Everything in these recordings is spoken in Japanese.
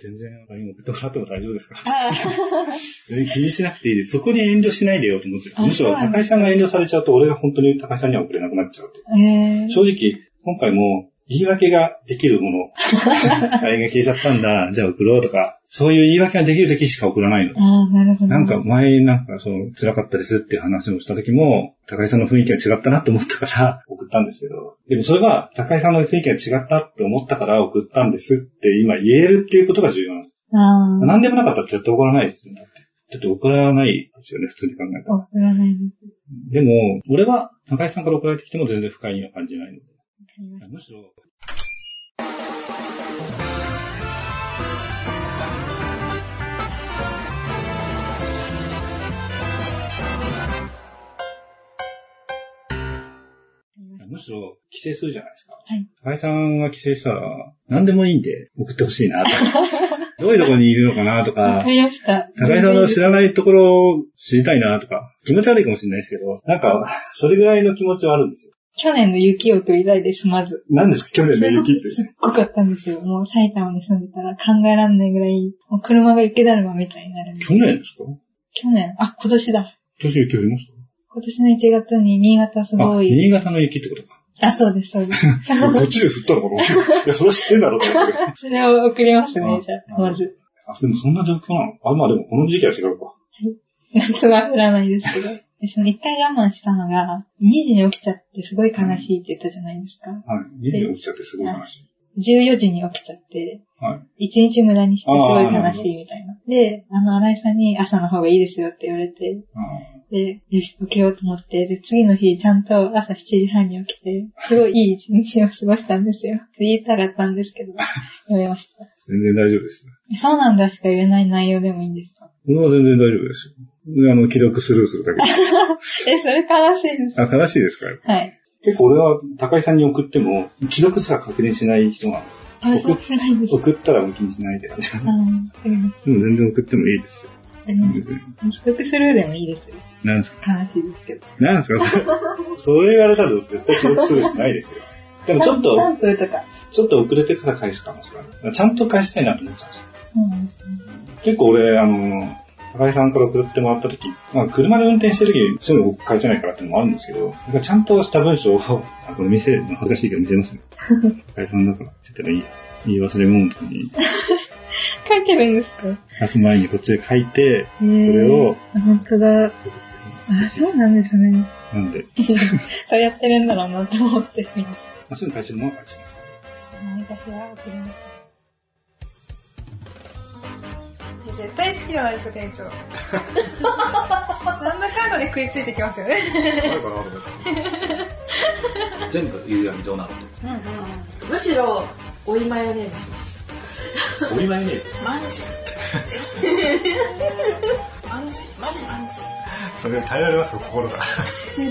全然 LINE 送ってもらっても大丈夫ですかあ全 然気にしなくていいです。そこに遠慮しないでよと思うんですよ。あむしろそうなん高井さんが遠慮されちゃうと、俺が本当に高井さんには送れなくなっちゃうっていう。あ。えー。正直、今回も言い訳ができるもの。LINE が消えちゃったんだ、じゃあ送ろうとか、そういう言い訳ができる時しか送らないの。ああ、なるほど。なんか、前、なんか、その、辛かったですっていう話をした時も、高井さんの雰囲気が違ったなと思ったから、 送ったんですけど、でもそれは、高井さんの雰囲気が違ったって思ったから送ったんですって今言えるっていうことが重要なんです。ああ。何でもなかったら絶対怒らないですよね。だってだって送らないですよね、普通に考えたら。送らないです。でも、俺は、高井さんから送られてきても全然不快には感じないので。わかりましむしろ、たむしろ、帰省するじゃないですか。はい高井さんが帰省したら、何でもいいんで送ってほしい なと。どういうところにいるのかなとわかか、りました。高井さんの知らないところを知りたいなとか、気持ち悪いかもしれないですけど、なんか、それぐらいの気持ちはあるんですよ。去年の雪を取りたいです、まず。何ですか、去年の雪って。すっごかったんですよ。もう埼玉に住んでたら考えられないぐらい、もう車が雪だるまみたいになるんです去よ。年ですか今去年あ、今年だ。年雪降りました今年の1月に新潟すあ、ごい。新潟の雪ってことか。あ、そうです、そ うです。こっちで降ったのか ないや、それは知ってんだろうって。それを送りますね、じゃああ、まず。 あ、でもそんな状況なのあ、まあでもこの時期は違うか。夏は降らないですけど。でその一回我慢したのが、2時に起きちゃってすごい悲しいって言ったじゃないですか。はい。家で起きちゃってすごい話。 14時に起きちゃって、はい。一日無駄にしてすごいあーな悲るほしどいみたいな。で、あの、新井さんに朝の方がいいですよって言われて、あで、よし、起きようと思って、で、次の日ちゃんと朝7時半に起きて、すごいいい一日を過ごしたんですよ。って言いたかったんですけ ど、やめました。全然大丈夫です。えそうなんだしか言えない内容でもいいんですかこれは全然大丈夫ですよ。であの、既読スルーするだけです。え、それ悲しいです。あ、悲しいですかはい。結構俺は高井さんに送っても、既読すら確認しない人が、あ、そうしないんです。送ったらもう気にしないって感じ。であーわかりましも全然送ってもいいですよ。たわかりました帰得するでもいいですよ。なんすか悲しいですけど。なんすかそれ。 それ言われたら絶対既読スルーしない ですよ。でもちょっスタと、ンプとか。ちょっと遅れてから返すかもしれない。ちゃんと返したいなと思っちゃうんですよそうなんですね。結構俺、あの、高井さんから送ってもらった時、まあ、車で運転してる時にすぐ書いてないからってのもあるんですけど、なんかちゃんとした文章を、あ、これ見せるの恥ずかしいけど見せます ね。高井さんだから、ちょっといい、言い忘れ物の時に、書いてるんですか出す前にこっちで書いて、そそれを、本当だ。あ、そうなんですね。なんで、そうやってるんだろうなと思って。まあ、すぐ返せるものは返します。私は送りました。絶対好きじゃないですか、店長。なんだかんだで食いついてきますよね。誰かなと思って。全部言うやみどうなるむしろ、おいマヨネーズします。と。おいまいね。マジマジマジマジそれ耐えられますか、心が。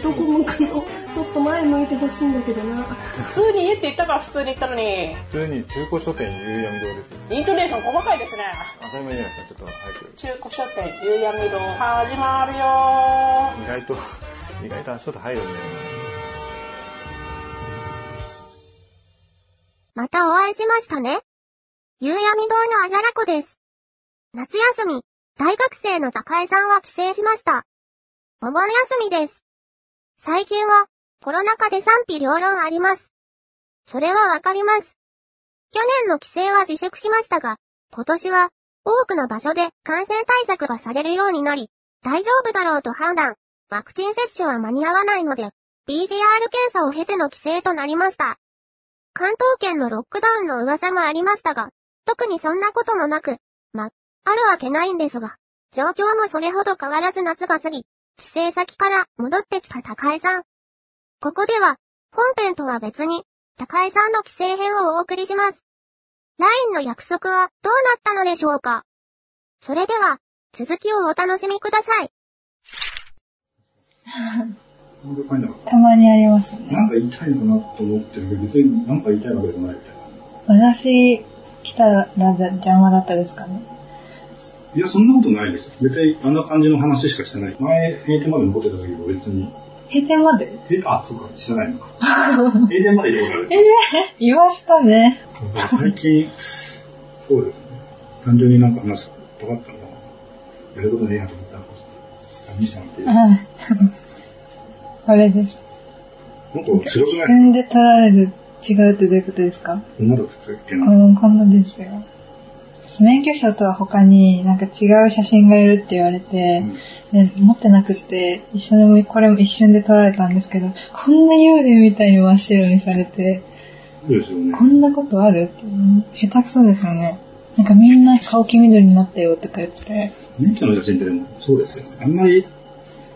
どこ向くのちょっと前向いてほしいんだけどな。普通に家って言ったから普通に言ったのに、普通に中古書店夕闇堂ですよ。イントネーション細かいですね。当たり前じゃないですか、ちょっと早く。中古書店、夕闇堂、始まるよ意外と、意外と足音入るんだよまたお会いしましたね。夕闇堂のあじゃらこです。夏休み、大学生の高江さんは帰省しました。お盆休みです。最近は、コロナ禍で賛否両論あります。それはわかります。去年の帰省は自粛しましたが、今年は、多くの場所で感染対策がされるようになり、大丈夫だろうと判断、ワクチン接種は間に合わないので、PCR 検査を経ての帰省となりました。関東圏のロックダウンの噂もありましたが、特にそんなこともなく、ま、あるわけないんですが、状況もそれほど変わらず夏が過ぎ、帰省先から戻ってきた高江さん。ここでは、本編とは別に、高江さんの帰省編をお送りします。LINE の約束はどうなったのでしょうかそれでは、続きをお楽しみください。なんで書いなかったまにありますね。なんか言いたいのかなと思ってるけど、別になんか言いたいわけじゃないみたいな。私来たら邪魔だったですかね。いや、そんなことないですよ。別にあんな感じの話しかしてない。前、閉店まで残ってた時も別に、閉店までえ、あ、そうか、してないのか。閉店までいろいろある。言いましたね。最近、そうですね。単純になんか話したかったのは、やることねえなと思ったのかもしれない。兄さんって、なんかあ あ。これです。強くない進んで取られる、違うってどういうことですか女だったっけな。うん、こんなですよ。免許証とは他になんか違う写真がいるって言われて、で持ってなくて、一緒にこれも一瞬で撮られたんですけど、こんな幽霊みたいに真っ白にされて、そうですよねこ。んなことあるって、うん下手くそですよね。なんかみんな顔黄緑になったよとか言って、免許の写真ってでもそうですよね。あんまり、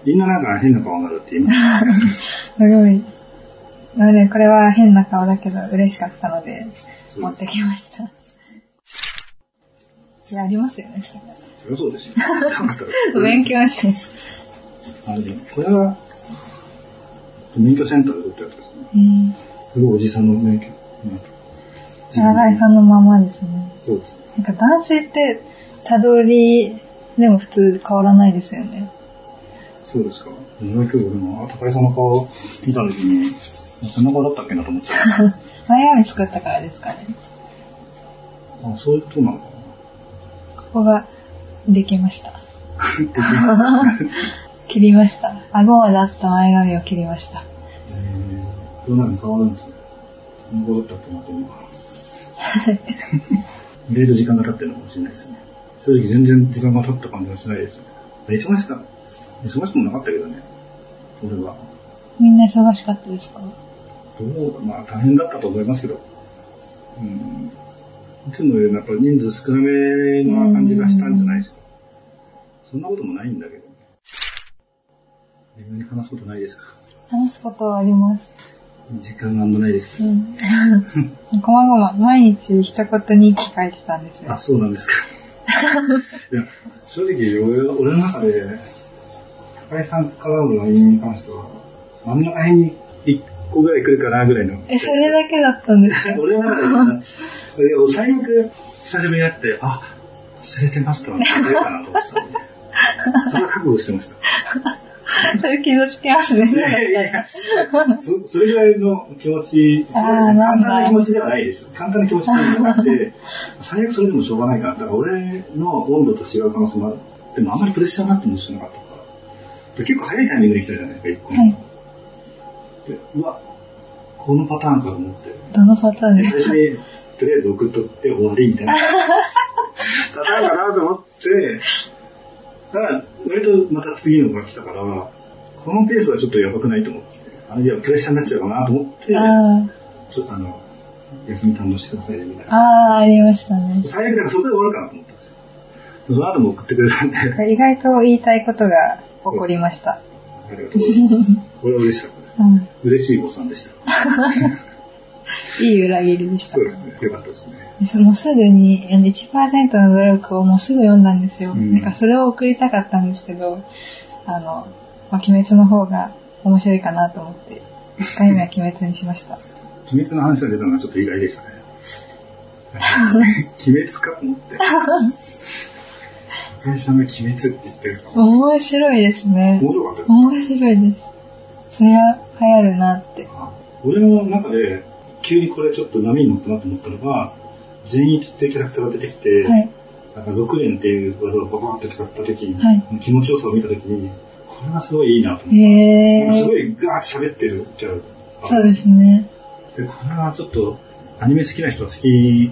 みんななんか変な顔になるって言いますごい。なのでこれは変な顔だけど嬉しかったので、す。持ってきました。いや、ありますよね、それそりゃそうですよ。だから勉強してるし。あでもこれは、免許センターで撮ったやつですね。うん。すごいおじさんの免許。うん長井さんのままですね。そうですね。なんか男性って、たどり、でも普通変わらないですよね。そうですか。でも今日俺も、あ、高井さんの顔見た時に、こんな顔だったっけなと思ってた。 前髪作ったからですかね。あ、そういうことなのかここが、できました。切りました。顎を出った前髪を切りました。な。えー、どうなるの変わるんですね。こんな顔だったっけなと思う。 意外と時間が経ってるのかもしれないですね。正直全然時間が経った感じがしないですね。忙しか、忙しくもなかったけどね。俺は。みんな忙しかったですかどうまあ大変だったと思いますけど、うん、いつもよりもやっぱ人数少なめな感じがしたんじゃないですか。そんなこともないんだけどね。自分に話すことないですか話すことはあります。時間があんまないですけうん。こまごま、毎日一言日記書いてたんですど。あ、よ。そうなん ですか。いや、正直俺は俺の中で、高井さんからの LINE に関しては、真ん中辺に1個ぐらい来るかなぐらいの。え、それだけだったんですよ。俺の中で、いや、最悪、久しぶりに会って、あ、忘れてましたわ、忘れたなと思ってたんで。それは覚悟してま した。そ れ傷つきますね。いやいやいや、そそれぐらいの気持ち、あー簡単なんなだ気持ちではないです。簡単な気持ちではなくて、最悪それでもしょうがないから、だから俺の温度と違う可能性もある。でもあんまりプレッシャーになってもしなかったから。で結構早いタイミングで来たじゃないですか、一個目はいで、うわ、このパターンかと思って。どのパターンです最か初に、とりあえず送っとって終わりみたいな。 ただかなと思って、ただ、割とまた次のが来たから、このペースはちょっとやばくないと思って、あいや、プレッシャーになっちゃうかなと思って、あちょっとあの、休み堪能してくださいね、みたいあ、な。ああ、ありましたね。最悪だからそこで終わるかなと思ったんですよ。その後も送ってくれたんで、あ意外と言いたいことが起こりました。りがとうございます。これは嬉しかったです。うん。嬉しい誤算でした。いい裏切りでしたそう。ですね。よかったですね。もうすぐにあの1%の努力をもうすぐ読んだんですよ。うんなんかそれを送りたかったんですけど、あの、まあ、鬼滅の方が面白いかなと思って、1回目は鬼滅にしま した。鬼滅の話が出たのはちょっと意外でしたね。鬼滅かと思って。中井さんが鬼滅って言ってるから、面白いですね。面白かったです。面白いです。そりゃ流行るなって。俺の中で、急にこれちょっと波に乗ったなと思ったのが、善逸っていうキャラクターが出てきて、はい。なんか6連っていう技をババンって使った時に、はい気持ちよさを見た時に、これがすごいいいなと思って、へなえんかすごー。いガーッて喋ってるキャラがそうですね。で、これはちょっと、アニメ好きな人は好き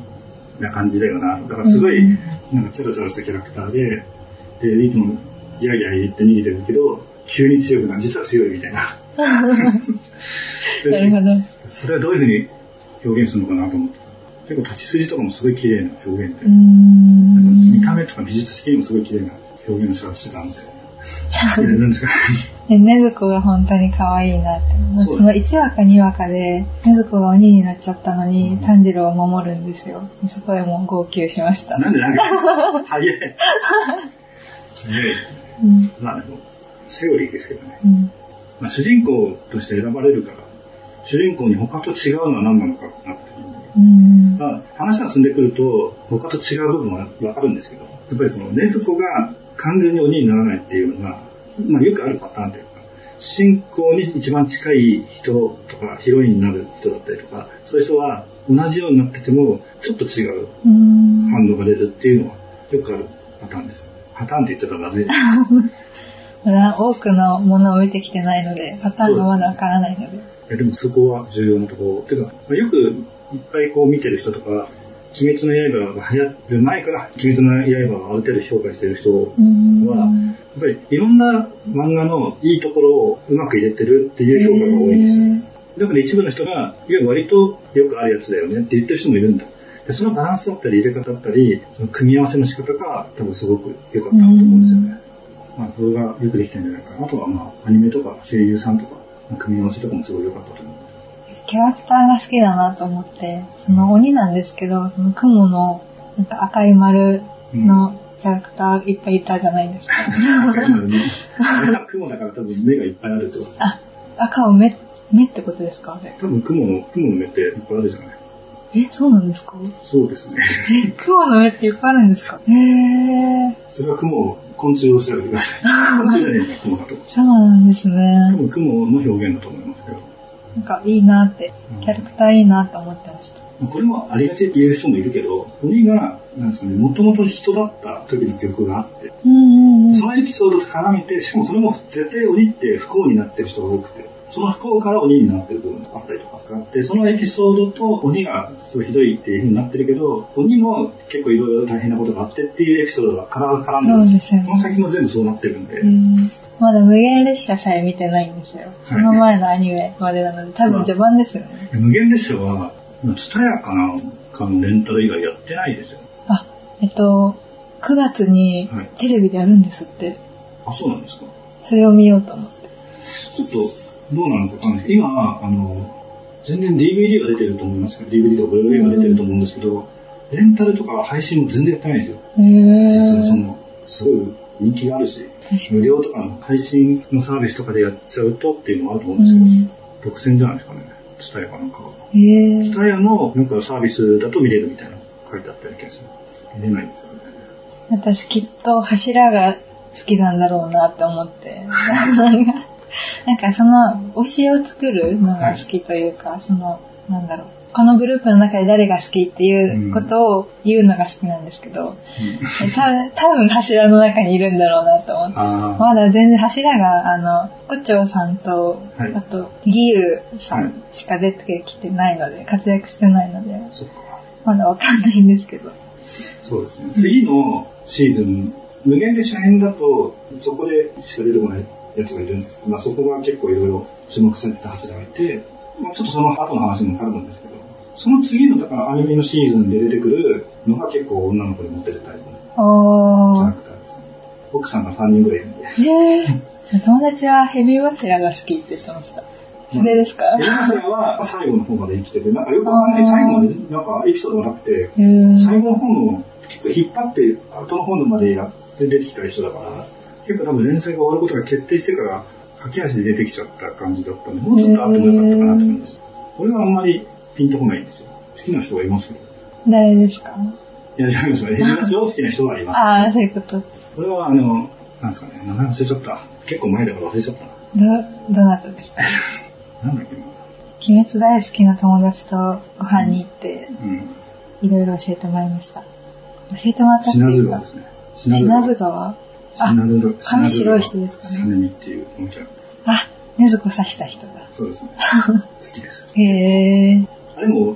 な感じだよな。だからすごい、うんなんかチャラチャラしたキャラクターで、で、いつもギャーギャー言って逃げてるけど、急に強くなる、実は強いみた いな。なるほど。でそれはどういうふうに表現するのかなと思ってた。結構立ち筋とかもすごい綺麗な表現で、うーん。見た目とか美術的にもすごい綺麗な表現をしてたんで。いやなんですか で、ねずこが本当に可愛いなって。そうその1話か2話かで、ねずこが鬼になっちゃったのに、炭治郎を守るんですよ。そこでもう号泣しました。なんでなんか、 早い。ねうん。まあでも、セオリーですけどね。うん。まあ、主人公として選ばれるから、主人公に他と違うのは何なのかなっていう。うん。まあ、話が進んでくると、他と違う部分はわかるんですけど、やっぱりその、禰豆子が完全に鬼にならないっていうのが、まあよくあるパターンというか、主人公に一番近い人とか、ヒロインになる人だったりとか、そういう人は同じようになってても、ちょっと違ううん。反応が出るっていうのはよくあるパターンです。パターンって言っちゃったらまずい。まだ多くのものを見てきてないので、パターンがまだわからないので。いやでもそこは重要なところ。ていうか、まあよくいっぱいこう見てる人とか、鬼滅の刃が流行る前から、鬼滅の刃をある程度評価してる人は、うーんやっぱりいろんな漫画のいいところをうまく入れてるっていう評価が多いんですよ。だから一部の人が、いや割とよくあるやつだよねって言ってる人もいるんだ。でそのバランスだったり入れ方だったり、その組み合わせの仕方が多分すごく良かったと思うんですよね。まあそれがよくできたんじゃないかな。あとはまあアニメとか声優さんとか、まあ組み合わせとかもすごい良かったと思う。キャラクターが好きだなと思って、その鬼なんですけど、その雲のなんか赤い丸うんのキャラクターいっぱいいたじゃないですか。なんか今のね、あれは雲だから多分目がいっぱいあると。赤を目、目ってことですかあれ。多分雲の、雲の目っていっぱいあるじゃないですか。え、そうなんですかそうですね。え、雲の目っていっぱいあるんですかへー、それは雲を、昆虫を調べてください。昆虫じゃねえか、雲だと。そうなんです多ね。分雲の表現だと思いますけど。なんかいいなって、キャラクターいいなと思ってました。これもありがちっていう人もいるけど、鬼が、なんですかね、もともと人だった時の記憶があって、うんうんうん。そのエピソードと絡めて、しかもそれも絶対鬼って不幸になってる人が多くて、その不幸から鬼になってる部分があったりとかがあって、そのエピソードと鬼がすごいひどいっていう風になってるけど、鬼も結構いろいろ大変なことがあってっていうエピソードが絡絡んでそるうんでですよねその先も全部そうなってるんで、うんまだ無限列車さえ見てないんですよ。その前のアニメまでなので、多分序盤ですよね。無限列車は、ツタヤかな、かのレンタル以外やってないですよ。あ、えっと、9月にはいテレビでやるんですって。あ、そうなんですかそれを見ようと思って。ちょっと、どうなのかわかんない。今、あの、全然 DVD が出てると思いますけど、DVD とか Blu-ray が出てると思うんですけど、レンタルとか配信も全然やってないんですよ。実へはそー。の、すごい人気があるし、確か無料とかの配信のサービスとかでやっちゃうとっていうのもあると思うんですけど、に。独占じゃないですかね。ツタヤかなんかが。うん。へツー。タヤのなんかサービスだと見れるみたいな書いてあったような気がする。見れないんですよね。私きっと柱が好きなんだろうなって思って。 なんかその推しを作るのが好きというか、その、なんだろう。このグループの中で誰が好きっていうことを言うのが好きなんですけ ど、た多分柱の中にいるんだろうなと思って。ああ、まだ全然柱が、あの、胡蝶さんと、はいあと、義勇さんしか出てきてないので、活躍してないので、そっか。まだわかんないんですけど。そうですね。次のシーズン、無限列車編だと、そこでしか出てこないやつがいるんですけど、まあ、そこが結構いろいろ注目されてた柱がいて、まあ、ちょっとその後の話にも絡むんですけど、その次の、だからアニメのシーズンで出てくるのが結構女の子にモテるタイプのキャおラー。クターですね。奥さんが3人ぐらいいるんで。えー、友達はヘビーバチェラーが好きって言ってました。それですかエラスラは最後の方まで生きてて、なんかよくわかんない、あー最後までなんかエピソードがなくて、うーん。最後の方の、結構引っ張って、後の方のまでやって出てきた人だから、結構多分連載が終わることが決定してから、駆け足で出てきちゃった感じだったんで、もうちょっと後もよかったかなって感じです。俺はあんまりピンとこないんですよ。好きな人がいますけど。誰ですかいや、違いますよ。エリナスを好きな人がいます。あー、そういうこと。これはあの、なんですかね、名前忘れちゃった。結構前だから忘れちゃったな。ど、どなたですかなんだっけな。鬼滅大好きな友達とご飯に行って、うん。いろいろ教えてもらいました。教えてもらったって品い津う川かで、すね。品津川。あ品津川。髪白い人ですかねサネミっていう、本当に。あ、禰豆子刺した人だ。そうですね。 好きです。へー。あでも、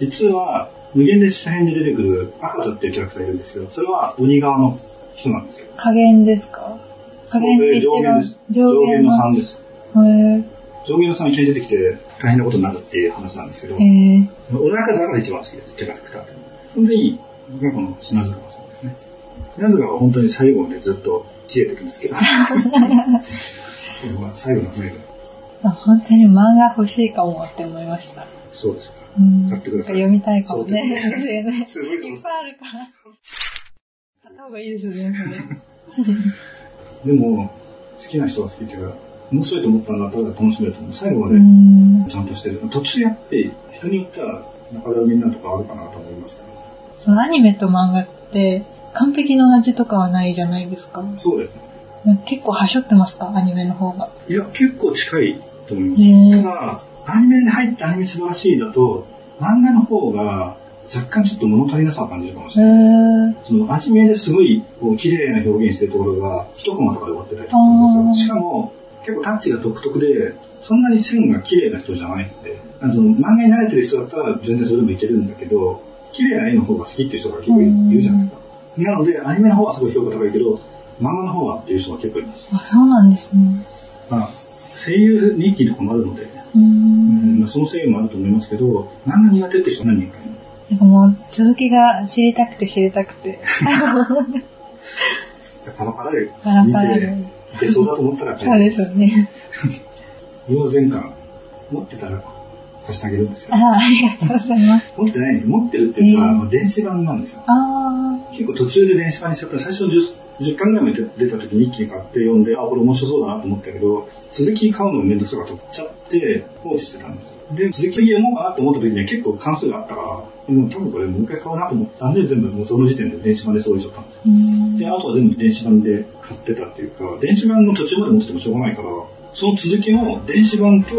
実は、無限列車編で出てくる赤田っていうキャラクターいるんですけど、それは鬼側の人なんですけど。加減ですか加減って一上限番です。上限の3です。へ上限の3いきなり出てきて大変なことになるっていう話なんですけどー。、へー。俺赤田が一番好きです、キャラクターで。その時に、僕はこの品津川さんですね。品津川は本当に最後までずっと消えてるんですけど。 僕は最後の最後。まあ本当に漫画欲しいかもって思いました。そうですか。うん。買ってください読みたいかもね。そうです よね。すごいそのいっぱいあるから。買った方がいいですよね、でも、好きな人は好きっていうか、面白いと思ったらただ楽しめると思う。最後まそれ。でうん。ちゃんとしてる。途中やっぱり人によっては、中田みんなとかあるかなと思いますけど。そのアニメと漫画って、完璧な味とかはないじゃないですか。そうですね。結構はしょってますかアニメの方が。いや、結構近いと思いへまーす。ただ、アニメに入ったアニメ素晴らしいだと、漫画の方が、若干ちょっと物足りなさを感じるかもしへれない。ー。そのアニメですごいこう綺麗な表現してるところが一コマとかで終わってたりとかするんですよ。しかも結構タッチが独特で、そんなに線が綺麗な人じゃないので、あのその漫画に慣れてる人だったら全然それでもいけるんだけど、綺麗な絵の方が好きっていう人が結構いるじゃないですか。なのでアニメの方はすごい評価高いけど、漫画の方はっていう人が結構います。あ、そうなんですね。まあ、声優人気とかもあるので、うー。うんんまあ、そのせいもあると思いますけど、漫画苦手って人は何人かいます。なんかもう、続きが知りたくて知りたくて、じゃあパラパラでパラ見パラてで。、いけそうだと思ったら、そうですよね。 要全巻持ってたら貸してあげるんですよあ。あ、ありがとうございます。持ってないんですよ。持ってるっていうか、えーあの電子版なんですよ。あ結構途中で電子版にしちゃった最初の 10, 10巻ぐらいまで出た時に一気に買って読んで、あ、これ面白そうだなと思ったけど、続き買うのめんどくさかったと思っちゃって放置してたんですよ。で、続き読もうかなと思った時には結構関数があったから、もう多分これもう一回買おうなと思ったんで、全部もうその時点で電子版で揃えちゃったんですよ。ー。うーん。で、あとは全部電子版で買ってたっていうか、電子版の途中まで持っててもしょうがないから、その続きの電子版と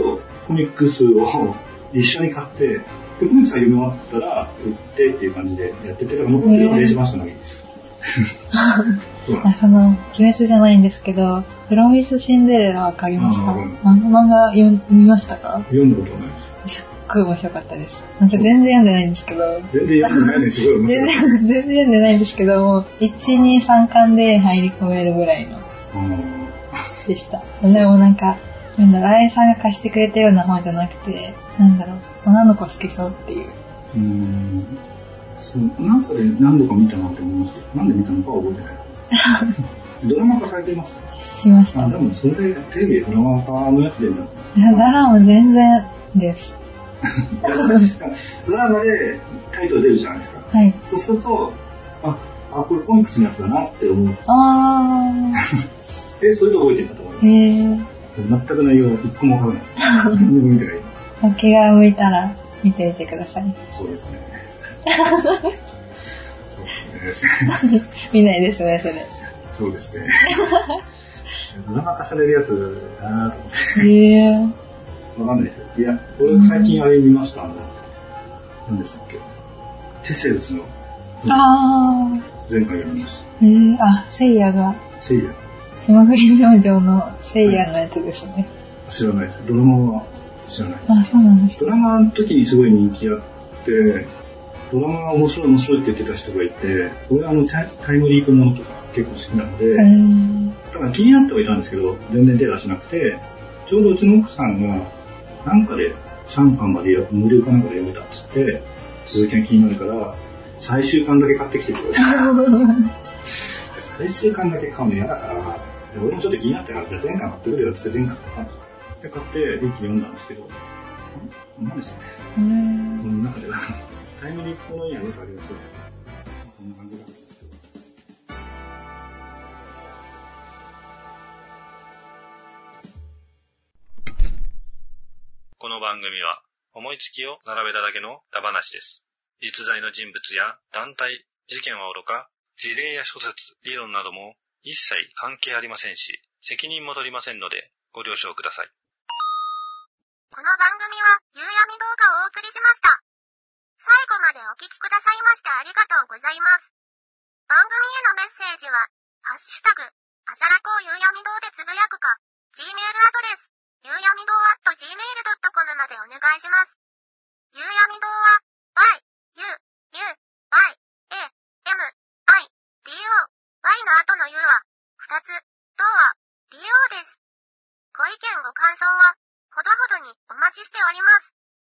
コミックスを一緒に買って、で、コミックスが読み終わったら売ってっていう感じでやってて、だから残ってるのは電子版しかないんです。そうなんであその、鬼滅じゃないんですけど、プロミスシンデレラわかりますかあーわかあの漫画読みましたかす読んだことないです。すっごい面白かったです。なんか全然読んでないんですけど、全然読んでないのにすごい面全白然、い。全然読んでないんですけど、もう、1、2、3巻で入り込めるぐらいのあのでした。でもなんか、なんだろう、新井さんが貸してくれたような本じゃなくて、なんだろう、女の子好きそうっていう。うーん。そうなんかで何度か見たなと思いますけど、なんで見たのかは覚えてないです。ドラマ化されています。しましたあ、。多分それでテレビでドラマ化のやつでもいやダラも全然です。ドラマでタイトル出るじゃないですか。はい。そうすると、あ、あ、これコミックスのやつだなって思っあて、それで覚えてるんだと思いまー。へー。す。全く内容一個もわからないです。全部見てない。お気が向いたら見てみてください。 そうですね。そうですね。見ないですね、それ。そうですね。ドラマ化されるやつだなと思っへー。て。わかんないですよ。いや、俺最近あれ見ました。あの、何でしたっけ。テセウスのあー。前回やりました。えー、あ、せいやが、セイヤ。霜降り明星のせいやのやつですね。知らないです。ドラマは知らない。あ、そうなんです。ドラマの時にすごい人気あって、ドラマが面白い面白いって言ってた人がいて、俺はあのタイタイムリープものとか結構好きなので、えー。ただ気になってはいたんですけど、全然手出しなくて、ちょうどうちの奥さんが、なんかで3巻までや無料かなんかで読めたっつって、続きが気になるから、最終巻だけ買ってきてください。最終巻だけ買うの嫌だから、で俺もちょっと気になったから、じゃあ前巻買ってくれよっつって前巻買ったんですよ。で、買って一気に読んだんですけど、んなんですね。えーこの中では、タイムリープものにはよくありますよ。こんな感じだ。この番組は思いつきを並べただけのダ話です。実在の人物や団体、事件はおろか、事例や諸説、理論なども一切関係ありませんし、責任も取りませんのでご了承ください。この番組は夕闇動画をお送りしました。最後までお聞きくださいましてありがとうございます。番組へのメッセージは、ハッシュタグ、あじゃらこう夕闇堂でつぶやくか、Gmail アドレス、夕闇堂 at gmail.com までお願いします。夕闇堂は、y, u, u, y, a, m, i, d, o, y の後の u は、2つ、堂は、do です。ご意見ご感想は、ほどほどにお待ちしております。